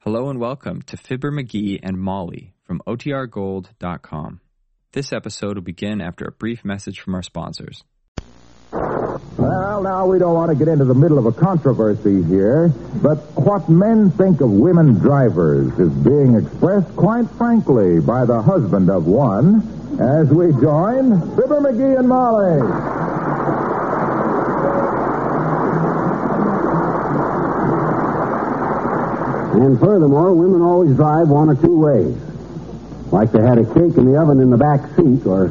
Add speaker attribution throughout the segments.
Speaker 1: Hello and welcome to Fibber McGee and Molly from OTRGold.com. This episode will begin after a brief message from our sponsors.
Speaker 2: Well, now, we don't want to get into the middle of a controversy here, but what men think of women drivers is being expressed, quite frankly, by the husband of one as we join Fibber McGee and Molly.
Speaker 3: And furthermore, women always drive one or two ways. Like they had a cake in the oven in the back seat, or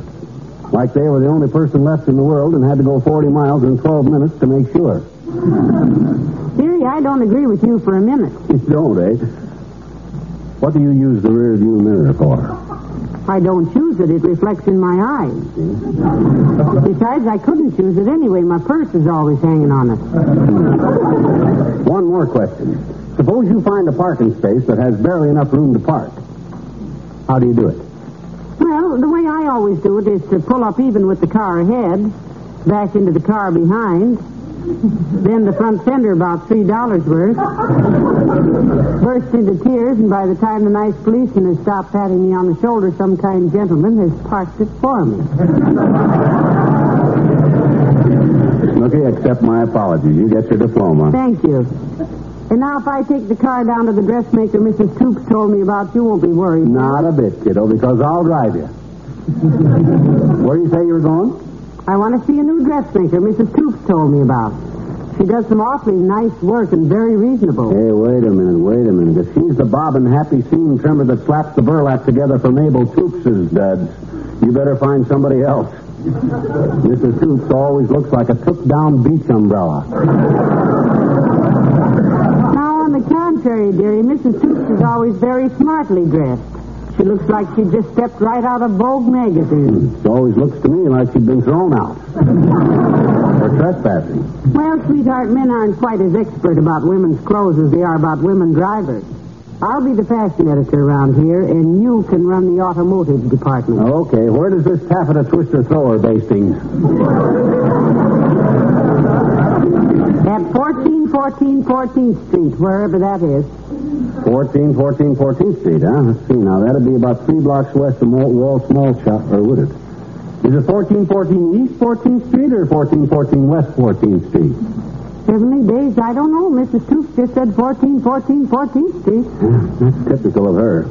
Speaker 3: like they were the only person left in the world and had to go 40 miles in 12 minutes to make sure.
Speaker 4: Dearie, I don't agree with you for a minute.
Speaker 3: You don't, eh? What do you use the rear view mirror for?
Speaker 4: I don't choose it. It reflects in my eyes. Besides, I couldn't choose it anyway. My purse is always hanging on it.
Speaker 3: One more question. Suppose you find a parking space that has barely enough room to park. How do you do it?
Speaker 4: Well, the way I always do it is to pull up even with the car ahead, back into the car behind, then the front fender about three dollars worth, burst into tears, and by the time the nice policeman has stopped patting me on the shoulder, some kind gentleman has parked it for me.
Speaker 3: Snooky, accept my apologies. You get your diploma.
Speaker 4: Thank you. And now, if I take the car down to the dressmaker Mrs. Toops told me about, you won't be worried.
Speaker 3: Not a bit, kiddo, because I'll drive you. Where do you say you were going?
Speaker 4: I want to see a new dressmaker Mrs. Toops told me about. She does some awfully nice work and very reasonable.
Speaker 3: Hey, wait a minute, wait a minute. If she's the bob and happy scene trimmer that slaps the burlap together for Mabel Toops' duds, you better find somebody else. Mrs. Toops always looks like a took down beach umbrella.
Speaker 4: Now, on the contrary, dearie, Mrs. Toops is always very smartly dressed. She looks like she just stepped right out of Vogue magazine.
Speaker 3: She always looks to me like she'd been thrown out. for trespassing.
Speaker 4: Well, sweetheart, men aren't quite as expert about women's clothes as they are about women drivers. I'll be the fashion editor around here, and you can run the automotive department.
Speaker 3: Okay, where does this taffeta twister thrower basting?
Speaker 4: At 1414 14th Street, wherever that is.
Speaker 3: 14, 14, 14th Street, huh? Let's see now. That'd be about three blocks west of Malt Wall Small Shop, or would it? Is it 1414 East 14th Street or 1414 West 14th Street?
Speaker 4: Heavenly days, I don't know. Mrs. Toops just said 1414 14th Street.
Speaker 3: That's typical of her.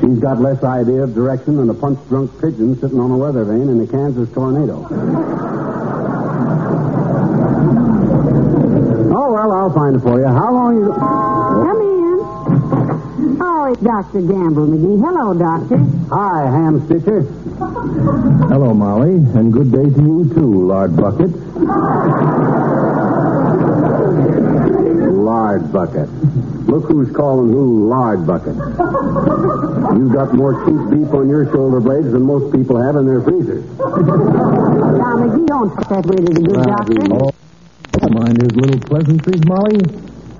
Speaker 3: She's got less idea of direction than a punch drunk pigeon sitting on a weather vane in a Kansas tornado. oh, well, I'll find it for you. How long you.
Speaker 4: Come in. Oh, it's Dr. Gamble McGee. Hello, Doctor.
Speaker 3: Hi, ham stitcher.
Speaker 2: Hello, Molly, and good day to you, too, Lard Bucket.
Speaker 3: Lard bucket. Look who's calling who lard bucket. You've got more cheap beef on your shoulder blades than most people have in their freezers.
Speaker 4: Now, McGee, don't talk that way to the good doctor.
Speaker 2: Oh, don't mind his little pleasantries, Molly.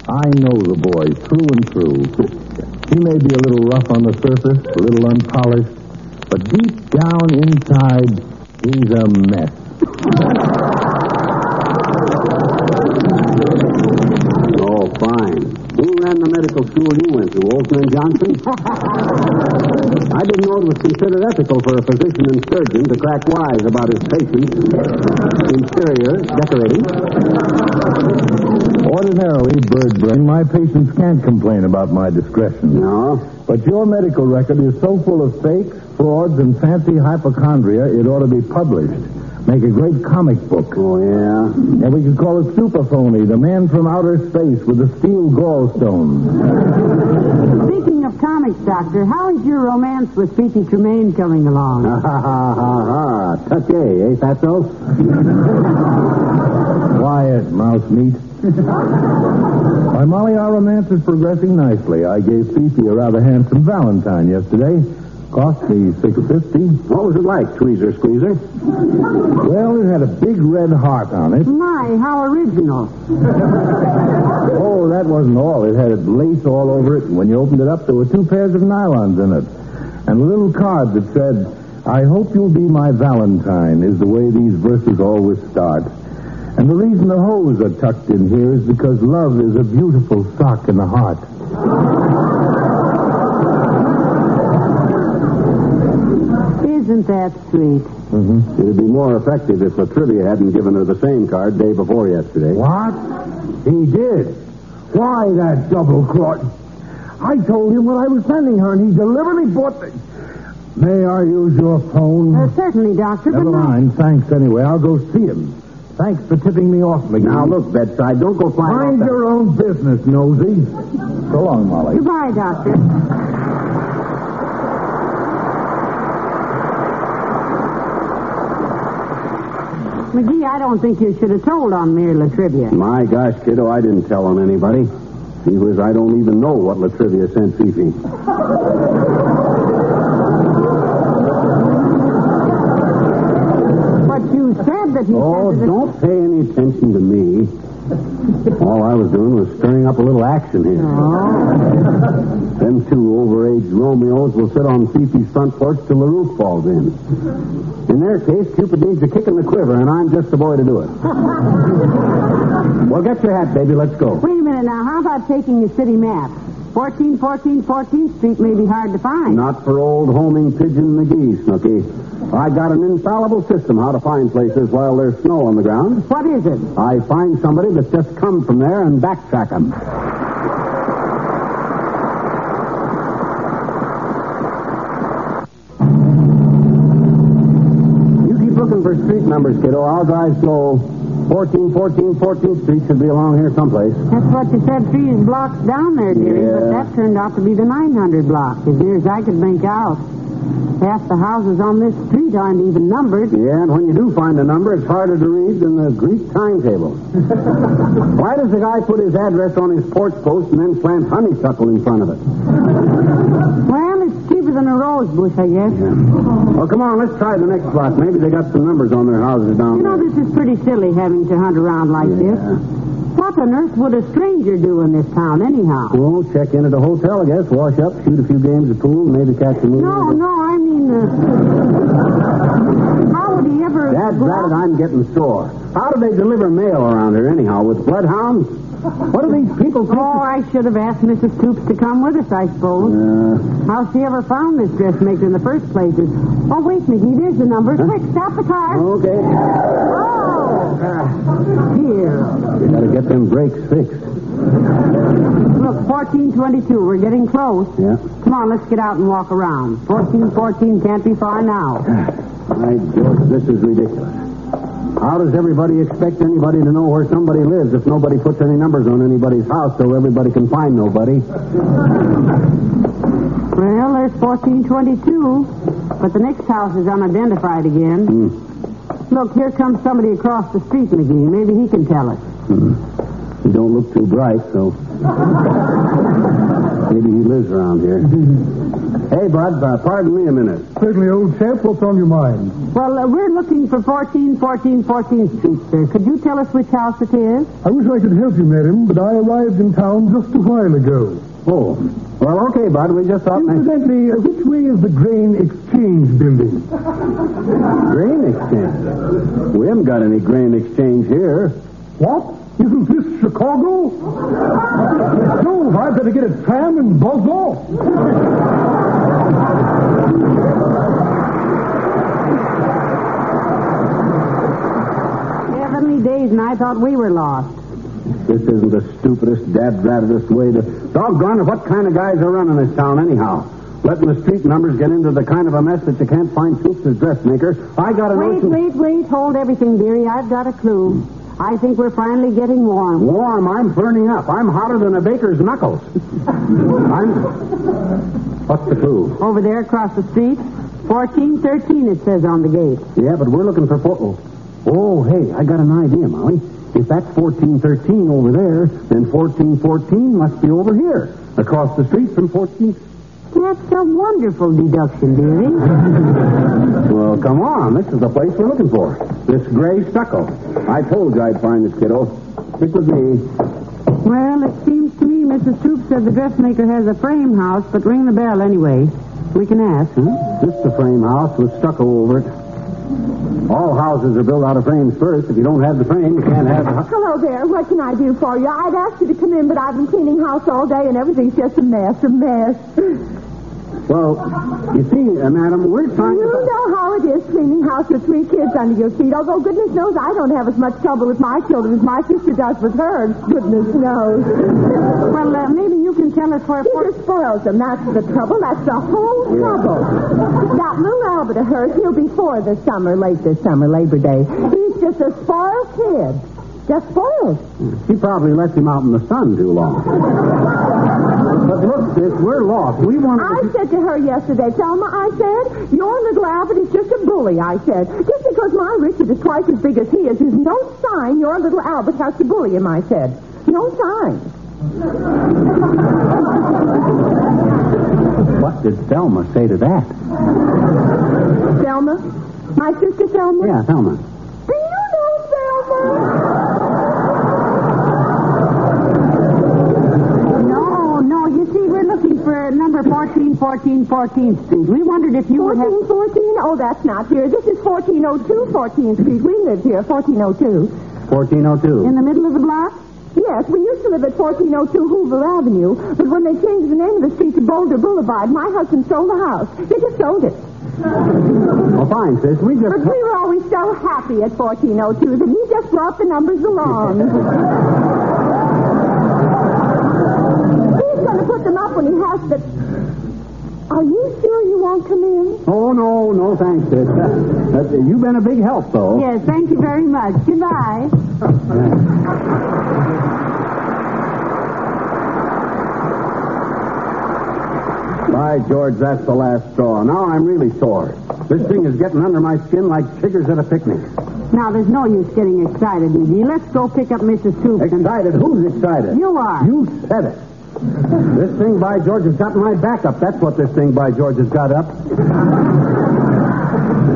Speaker 2: I know the boy through and through. He may be a little rough on the surface, a little unpolished, but deep down inside, he's a mess.
Speaker 3: Oh, fine. Who ran the medical school you went to, Olson and Johnson? I didn't know it was considered ethical for a physician and surgeon to crack wise about his patient's interior decorating.
Speaker 2: Ordinarily, bird brain, my patients can't complain about my discretion.
Speaker 3: No,
Speaker 2: But your medical record is so full of fakes, frauds, and fancy hypochondria, it ought to be published. Make a great comic book.
Speaker 3: Oh, yeah.
Speaker 2: And we could call it Super Phony, the man from outer space with the steel gallstone.
Speaker 4: Speaking of comics, Doctor, how is your romance with Peachy Tremaine coming along?
Speaker 3: Ha, ha, ha, ha, ha. Touché, eh, Fatso?
Speaker 2: Quiet, mouse meat. Why, Molly, our romance is progressing nicely. I gave Fifi a rather handsome Valentine yesterday. Cost me six fifty.
Speaker 3: What was it like, Tweezer Squeezer?
Speaker 2: Well, it had a big red heart on it.
Speaker 4: My, how original.
Speaker 2: Oh, that wasn't all. It had lace all over it, and when you opened it up, there were two pairs of nylons in it. And a little card that said, I hope you'll be my Valentine, is the way these verses always start. And the reason the hose are tucked in here is because love is a beautiful sock in the heart.
Speaker 4: Isn't that sweet?
Speaker 2: Mm-hmm.
Speaker 3: It'd be more effective if the trivia hadn't given her the same card day before yesterday.
Speaker 2: What? He did. Why that double cross? I told him what I was sending her, and he deliberately bought the. May I use your phone?
Speaker 4: Uh, certainly, Doctor.
Speaker 2: Never
Speaker 4: but not-
Speaker 2: mind. Thanks anyway. I'll go see him. Thanks for tipping me off, McGee.
Speaker 3: Now look, bedside, don't go flying.
Speaker 2: Mind
Speaker 3: off that-
Speaker 2: your own business, Nosy. So long, Molly.
Speaker 4: Goodbye, Doctor. McGee, I don't think you should have told on mere Latrivia.
Speaker 3: My gosh, kiddo, I didn't tell on anybody. She was, I don't even know what Latrivia sent Fifi.
Speaker 4: But you said that he
Speaker 3: Oh,
Speaker 4: said that
Speaker 3: don't pay any attention to me. All I was doing was stirring up a little action here.
Speaker 2: Oh.
Speaker 3: Them two overage Romeos will sit on Fifi's front porch till the roof falls in. In their case, Cupid needs a kick in the quiver, and I'm just the boy to do it. well, get your hat, baby. Let's go.
Speaker 4: Wait a minute now. How about taking a city map? 1414 14th Street may be hard to find.
Speaker 3: Not for old homing pigeon McGee, Snooky. I got an infallible system how to find places while there's snow on the ground.
Speaker 4: What is it?
Speaker 3: I find somebody that's just come from there and backtrack them. You keep looking for street numbers, kiddo. I'll drive slow. 14, 14, 14th Street should be along here someplace.
Speaker 4: That's what you said three blocks down there, dearie, but
Speaker 3: Yeah.
Speaker 4: that turned out to be the 900 block, as near as I could make out. Half the houses on this street aren't even numbered.
Speaker 3: Yeah, and when you do find a number, it's harder to read than the Greek timetable. Why does the guy put his address on his porch post and then plant honeysuckle in front of it?
Speaker 4: Well, it's cheaper than a rose bush, I guess.
Speaker 3: Well, come on, let's try the next block. Maybe they got some numbers on their houses down
Speaker 4: You know,
Speaker 3: there.
Speaker 4: this is pretty silly having to hunt around like this.
Speaker 3: Yeah.
Speaker 4: What on earth would a stranger do in this town, anyhow?
Speaker 3: Well, check in at a hotel, I guess. Wash up, shoot a few games of pool, maybe catch a movie.
Speaker 4: No, no, I mean, uh, how would he ever?
Speaker 3: Dad,
Speaker 4: go
Speaker 3: ratted,
Speaker 4: out-
Speaker 3: I'm getting sore. How do they deliver mail around here anyhow? With bloodhounds? What do these people think?
Speaker 4: Oh, I should have asked Mrs. Coops to come with us, I suppose.
Speaker 3: Uh,
Speaker 4: How she ever found this dressmaker in the first place is. Oh, wait, McGee, there's the number. Quick, stop the car.
Speaker 3: Uh, okay.
Speaker 4: Oh,
Speaker 3: Ah,
Speaker 4: dear.
Speaker 3: we gotta get them brakes fixed.
Speaker 4: Look, 1422. We're getting close.
Speaker 3: Yeah.
Speaker 4: Come on, let's get out and walk around. 1414 can't be far now.
Speaker 3: My George, this is ridiculous. How does everybody expect anybody to know where somebody lives if nobody puts any numbers on anybody's house so everybody can find nobody?
Speaker 4: Well, there's 1422. But the next house is unidentified again. Look, here comes somebody across the street, McGee. Maybe he can tell us.
Speaker 3: He don't look too bright, so maybe he lives around here. hey, Bud, uh, pardon me a minute.
Speaker 2: Certainly, old chap. What's on your mind?
Speaker 4: Well, uh, we're looking for 1414 14th Street, sir. Could you tell us which house it is?
Speaker 2: I wish I could help you, madam, but I arrived in town just a while ago.
Speaker 3: Oh, well, okay, Bud. We just thought maybe
Speaker 2: Incidentally, uh, which way is the grain exchange building?
Speaker 3: grain exchange. We haven't got any grain exchange here.
Speaker 2: What? Isn't this Chicago? Jove, I'd better get a tram and buzz off.
Speaker 4: Heavenly days, and I thought we were lost.
Speaker 3: This isn't the stupidest, dab-drabbedest way to... Doggone it, what kind of guys are running this town anyhow? Letting the street numbers get into the kind of a mess that you can't find troops as dressmaker. I got a
Speaker 4: Wait,
Speaker 3: notion...
Speaker 4: wait, wait. Hold everything, dearie. I've got a clue. I think we're finally getting warm.
Speaker 3: Warm, I'm burning up. I'm hotter than a baker's knuckles. I'm... What's the clue?
Speaker 4: Over there across the street, 1413 it says on the gate.
Speaker 3: Yeah, but we're looking for... Fo- oh, hey, I got an idea, Molly. If that's 1413 over there, then 1414 must be over here, across the street from 14...
Speaker 4: That's a wonderful deduction, dearie.
Speaker 3: Well, come on. This is the place we're looking for. This gray stucco. I told you I'd find this kiddo. Stick with me.
Speaker 4: Well, it seems to me Mrs. Troop said the dressmaker has a frame house, but ring the bell anyway. We can ask.
Speaker 3: This is Hmm? the frame house with stucco over it. All houses are built out of frames first. If you don't have the frame, you can't have the house.
Speaker 5: Hello there. What can I do for you? I'd asked you to come in, but I've been cleaning house all day, and everything's just a mess, a mess.
Speaker 3: Well, you see, uh, madam, we're trying
Speaker 5: You
Speaker 3: to.
Speaker 5: know how it is cleaning house with three kids under your feet, although goodness knows I don't have as much trouble with my children as my sister does with hers. Goodness knows.
Speaker 4: Well, uh, maybe you can tell us where.
Speaker 5: She just spoils them. That's the trouble. That's the whole trouble. That Lou Albert of hers, he'll be four this summer, late this summer, Labor Day. He's just a spoiled kid. Just spoiled.
Speaker 3: She probably left him out in the sun too long. but look, sis, we're lost. We want
Speaker 5: I
Speaker 3: to.
Speaker 5: said to her yesterday, Selma, I said, your little Albert is just a bully, I said. Just because my Richard is twice as big as he is is no sign your little Albert has to bully him, I said. No sign.
Speaker 3: What did Thelma say to that?
Speaker 5: Selma? My sister Selma?
Speaker 3: Yeah, Thelma.
Speaker 5: Do you know Selma?
Speaker 4: No, no. You see, we're looking for number 1414 14th Street. We wondered if you would have.
Speaker 5: 1414? Oh, that's not here. This is 1402 14th Street. We live here, 1402.
Speaker 3: 1402.
Speaker 4: In the middle of the block?
Speaker 5: Yes, we used to live at 1402 Hoover Avenue, but when they changed the name of the street to Boulder Boulevard, my husband sold the house. He just sold it.
Speaker 3: Well, Oh, fine, sis. We
Speaker 5: But
Speaker 3: just.
Speaker 5: we were always so happy at 1402 that he just brought the numbers along. He's going to put them up when he has the. Are you sure you won't come in?
Speaker 3: Oh, no, no, thanks, sis. Uh, you've been a big help, though.
Speaker 4: Yes, thank you very much. Goodbye.
Speaker 3: By George, that's the last straw. Now I'm really sore. This thing is getting under my skin like chiggers at a picnic.
Speaker 4: Now, there's no use getting excited, McGee. Let's go pick up Mrs. Soup.
Speaker 3: Excited? Who's excited?
Speaker 4: You are.
Speaker 3: You said it. This thing by George has gotten my back up. That's what this thing by George has got up.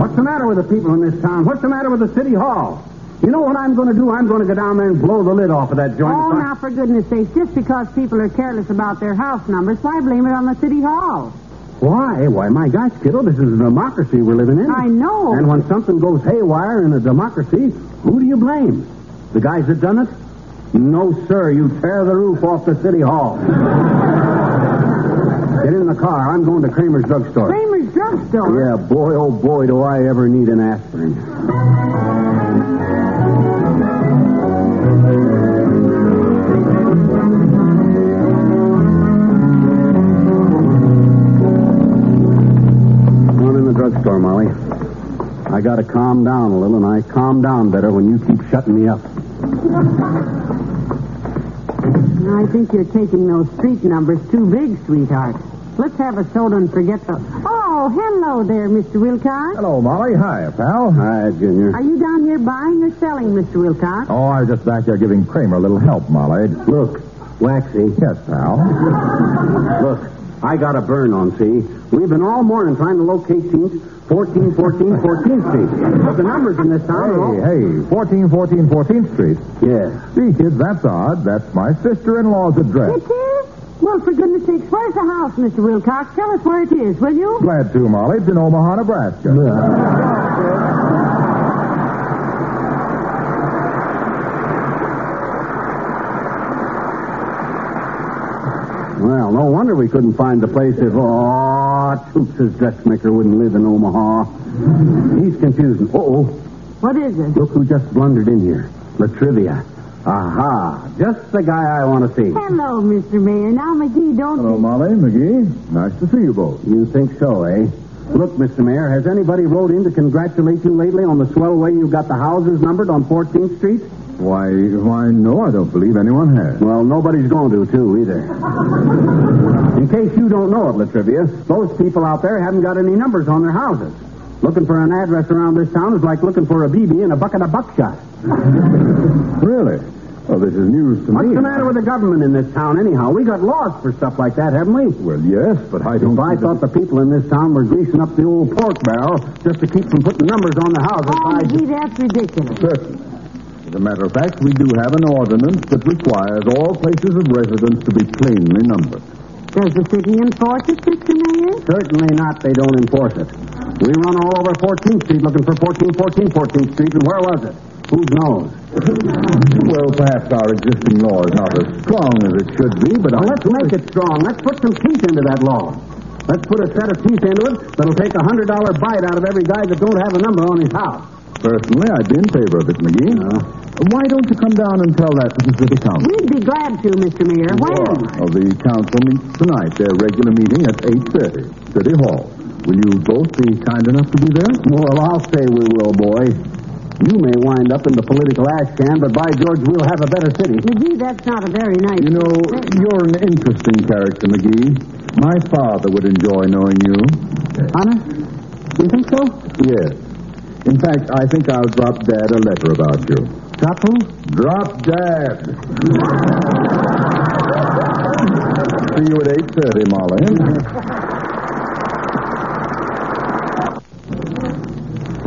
Speaker 3: What's the matter with the people in this town? What's the matter with the city hall? You know what I'm going to do? I'm going to go down there and blow the lid off of that joint.
Speaker 4: Oh, now, for goodness sakes, just because people are careless about their house numbers, why blame it on the city hall?
Speaker 3: Why? Why, my gosh, kiddo, this is a democracy we're living in.
Speaker 4: I know.
Speaker 3: And when something goes haywire in a democracy, who do you blame? The guys that done it? No, sir. You tear the roof off the city hall. Get in the car. I'm going to Kramer's drugstore.
Speaker 4: Kramer's drugstore.
Speaker 3: Yeah, boy, oh boy, do I ever need an aspirin. Come on in the drugstore, Molly. I gotta calm down a little, and I calm down better when you keep shutting me up.
Speaker 4: I think you're taking those street numbers too big, sweetheart. Let's have a soda and forget the. Oh, hello there, Mr. Wilcox.
Speaker 2: Hello, Molly. Hi, pal.
Speaker 3: Hi, Junior.
Speaker 4: Are you down here buying or selling, Mr. Wilcox?
Speaker 2: Oh, I was just back there giving Kramer a little help, Molly.
Speaker 3: Look, Waxy.
Speaker 2: Yes, pal.
Speaker 3: Look, I got a burn on C. We've been all morning trying to locate teams 14, 14, 14 feet. But the numbers in this town are all...
Speaker 2: Hey, hey, 1414 14th Street.
Speaker 3: Yeah.
Speaker 2: Gee, kids, that's odd. That's my sister-in-law's address.
Speaker 4: It is? Well, for goodness sakes, where's the house, Mr. Wilcox? Tell us where it is, will you?
Speaker 2: Glad to, Molly. It's in Omaha, Nebraska.
Speaker 3: Well, no wonder we couldn't find the place if, oh, Toots's dressmaker wouldn't live in Omaha. He's confusing. Uh-oh.
Speaker 4: What is it?
Speaker 3: Look who just blundered in here. Latrivia. Aha. Just the guy I want to see.
Speaker 4: Hello, Mr. Mayor. Now, McGee, don't
Speaker 2: Hello,
Speaker 4: be...
Speaker 2: Molly, McGee. Nice to see you both.
Speaker 3: You think so, eh? Look, Mr. Mayor, has anybody rode in to congratulate you lately on the swell way you got the houses numbered on 14th Street?
Speaker 2: Why, why, no, I don't believe anyone has.
Speaker 3: Well, nobody's going to, too, either. In case you don't know it, Latrivia, those people out there haven't got any numbers on their houses. Looking for an address around this town is like looking for a BB in a bucket of buckshot.
Speaker 2: Really? Well, this is news to
Speaker 3: What's
Speaker 2: me.
Speaker 3: the matter with the government in this town, anyhow? We got laws for stuff like that, haven't we?
Speaker 2: Well, yes, but I don't.
Speaker 3: If I thought the people in this town were greasing up the old pork barrel just to keep from putting numbers on the houses.
Speaker 4: Oh,
Speaker 3: I'd-
Speaker 4: McGee, that's ridiculous.
Speaker 2: certain. As a matter of fact, we do have an ordinance that requires all places of residence to be plainly numbered.
Speaker 4: Does the city enforce it, Mr. Mayor?
Speaker 3: Certainly not. They don't enforce it. We run all over 14th Street looking for 14, 14, 14th Street, and where was it? Who knows?
Speaker 2: Well, perhaps our existing law is not as strong as it should be, but
Speaker 3: Now,
Speaker 2: I
Speaker 3: let's make it strong. Let's put some teeth into that law. Let's put a set of teeth into it that'll take a hundred dollar bite out of every guy that don't have a number on his house.
Speaker 2: Personally, I'd be in favor of it, McGee. Why don't you come down and tell that to the city council?
Speaker 4: We'd be glad to, Mr. Mayor. When?
Speaker 2: Well, the council meets tonight, their regular meeting at 8.30, City Hall. Will you both be kind enough to be there?
Speaker 3: Well, I'll say we will, boy. You may wind up in the political ash can, but by George, we'll have a better city.
Speaker 4: McGee, that's not a very nice.
Speaker 2: You know, you're an interesting character, McGee. My father would enjoy knowing you.
Speaker 3: Honest? You think so?
Speaker 2: Yes. In fact, I think I'll drop Dad a letter about you.
Speaker 3: Drop who?
Speaker 2: Drop Dad. See you at 8.30, Molly.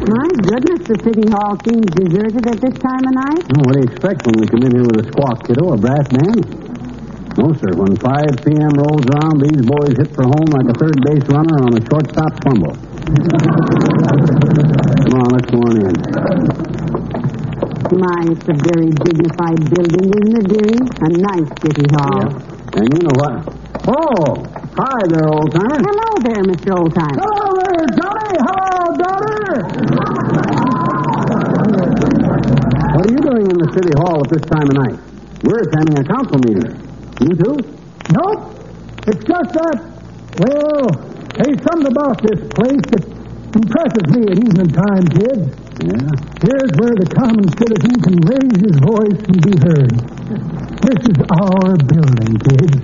Speaker 4: My goodness, the city hall seems deserted at this time of night.
Speaker 3: Oh, what do you expect when we come in here with a squawk, kiddo, a brass band? No, sir. When 5 p.m. rolls around, these boys hit for home like a third base runner on a shortstop fumble. come on, let's go on in.
Speaker 4: My, it's a very dignified building, isn't it, dearie? A nice city hall.
Speaker 3: And you know what? Oh, hi there, old timer.
Speaker 4: Hello there, Mr. Oldtime.
Speaker 3: Hello there, Johnny. Hello, daughter. What are you doing in the city hall at this time of night? We're attending a council meeting. You too?
Speaker 6: Nope. It's just that, well, there's something about this place that impresses me at evening time, kids.
Speaker 3: Yeah.
Speaker 6: Here's where the common citizen can raise his voice and be heard. This is our building, kids.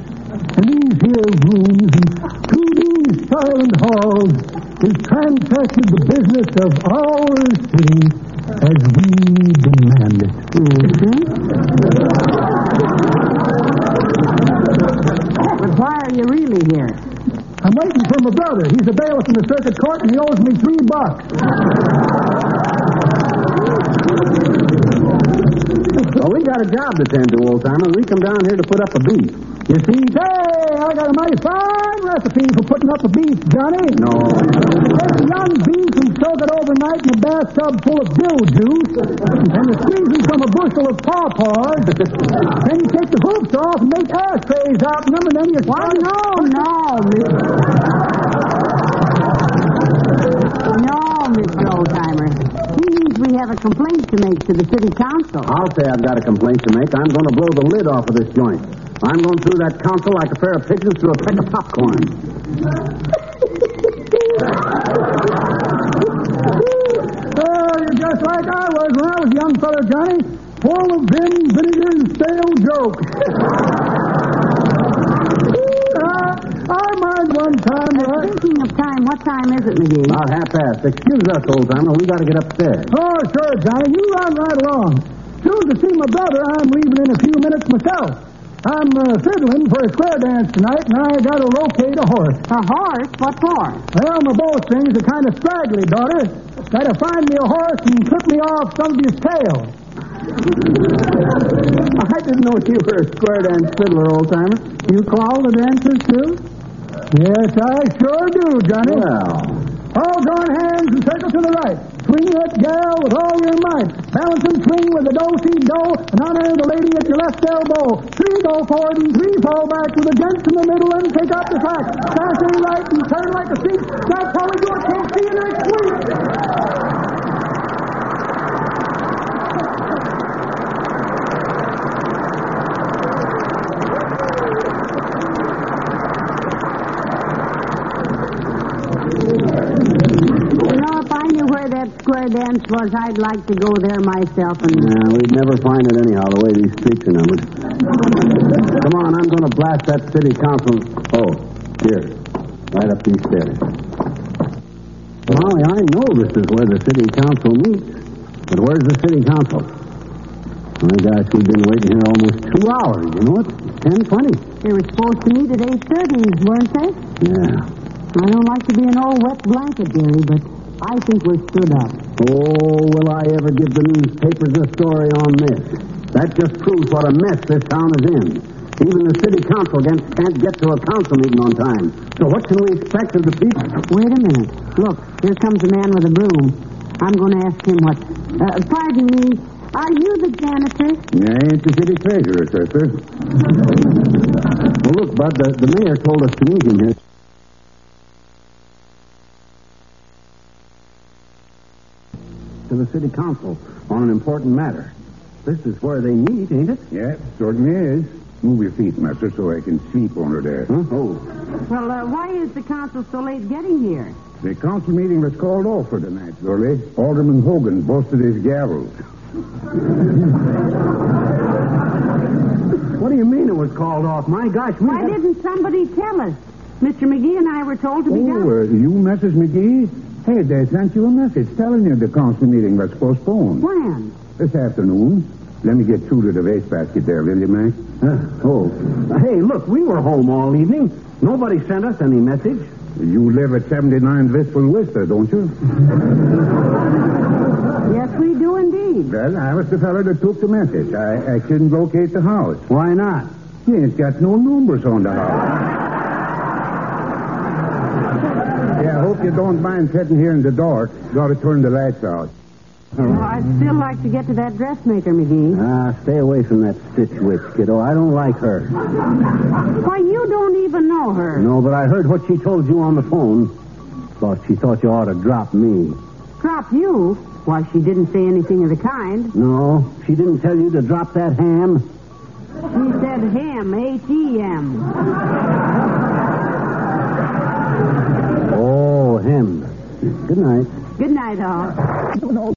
Speaker 6: And these here rooms and through these silent halls is transacted the business of our city as we demand it.
Speaker 4: But why are you really here?
Speaker 6: I'm waiting for my brother. He's a bailiff in the circuit court, and he owes me three bucks.
Speaker 3: Well, we got a job to tend to, old timer. We come down here to put up a beat.
Speaker 6: You see, hey, I got a mighty fine recipe for putting up a beef, Johnny.
Speaker 3: No.
Speaker 6: Take young beef and soak it overnight in a bathtub full of dill juice, and the season from a bushel of pawpaws. then you take the hoops off and make ashtrays out of them, and then you
Speaker 4: Why,
Speaker 6: start-
Speaker 4: no, no, Mr. No, Mr. Oldtimer. He means we have a complaint to make to the city council.
Speaker 3: I'll say I've got a complaint to make. I'm going to blow the lid off of this joint. I'm going through that council like a pair of pigeons through a peck of popcorn.
Speaker 6: Well, Uh, you're just like I was when I was a young fella, Johnny. Full of vim, vinegar, and stale jokes. I, Uh, I mind one time when I...
Speaker 4: Speaking of time, what time is it, McGee?
Speaker 3: About half past. Excuse us, old timer. We got to get upstairs.
Speaker 6: Oh, sure, Johnny. You run right along. Soon to see my brother, I'm leaving in a few minutes myself. I'm uh, fiddling for a square dance tonight, and I got to locate a horse.
Speaker 4: A horse? What for?
Speaker 6: Well, my bowstrings are kind of straggly, daughter. Got to find me a horse and clip me off somebody's tail.
Speaker 3: I didn't know you were a square dance fiddler, old timer. You call the dancers too?
Speaker 6: Yes, I sure do, Johnny.
Speaker 3: Well,
Speaker 6: All drawn hands and circle to the right. Swing that gal with all your might. Balance and swing with the do see do and honor the lady at your left elbow. Three go forward and three fall back with the gents in the middle and take up the slack. Sashay right and turn like a sheep. That's how we do it. Can't see you next week.
Speaker 4: You know, if I knew where that square dance was, I'd like to go there myself and
Speaker 3: yeah, we'd never find it anyhow, the way these streets are numbered. Come on, I'm going to blast that city council. Oh, here. Right up these stairs. Molly, I know this is where the city council meets, but where's the city council? My gosh, we've been waiting here almost two hours. You know it? Ten twenty.
Speaker 4: they were supposed to meet at eight thirty, weren't they?
Speaker 3: Yeah.
Speaker 4: I don't like to be an old wet blanket, dearie, but I think we're stood up.
Speaker 3: Oh, will I ever give the newspapers a story on this? That just proves what a mess this town is in. Even the city council can't can't get to a council meeting on time. So what can we expect of the people?
Speaker 4: Wait a minute. Look, here comes a man with a broom. I'm going to ask him what. Uh, pardon me. Are you the janitor?
Speaker 3: Yeah, it's the city treasurer, sir, sir. well, look, Bud, the, the mayor told us to meet him here. to the city council on an important matter. This is where they meet, ain't it?
Speaker 2: Yes, certainly is. Move your feet, Master, so I can sleep on her there.
Speaker 3: Huh? Oh,
Speaker 4: Well, uh, why is the council so late getting here?
Speaker 2: The council meeting was called off for tonight, Gurley. Alderman Hogan busted his gavel.
Speaker 3: what do you mean it was called off? My gosh, we
Speaker 4: Why
Speaker 3: had-
Speaker 4: didn't somebody tell us? Mr. McGee and I were told to be
Speaker 2: Oh,
Speaker 4: done.
Speaker 2: uh, you, Mrs. McGee? Hey, they sent you a message telling you the council meeting was postponed
Speaker 4: When?
Speaker 2: this afternoon. Let me get through to the wastebasket there, will you, Mac?
Speaker 3: Huh? Oh, hey, look, we were home all evening. Nobody sent us any message.
Speaker 2: You live at 79 Wistful Vista, don't you?
Speaker 4: Yes, we do indeed.
Speaker 2: Well, I was the fellow that took the message. I, I couldn't locate the house.
Speaker 3: Why not?
Speaker 2: You ain't got no numbers on the house. yeah, I hope you don't mind sitting here in the dark. Gotta turn the lights out.
Speaker 4: Well, I'd still like to get to that dressmaker, McGee.
Speaker 3: Ah, stay away from that stitch witch, kiddo. I don't like her.
Speaker 4: Why, you don't even know her.
Speaker 3: No, but I heard what she told you on the phone. Thought she thought you ought to drop me.
Speaker 4: Drop you? Why, she didn't say anything of the kind.
Speaker 3: No, she didn't tell you to drop that ham.
Speaker 4: She said him, H-E-M.
Speaker 3: Oh, him. Good night.
Speaker 4: Good night, all.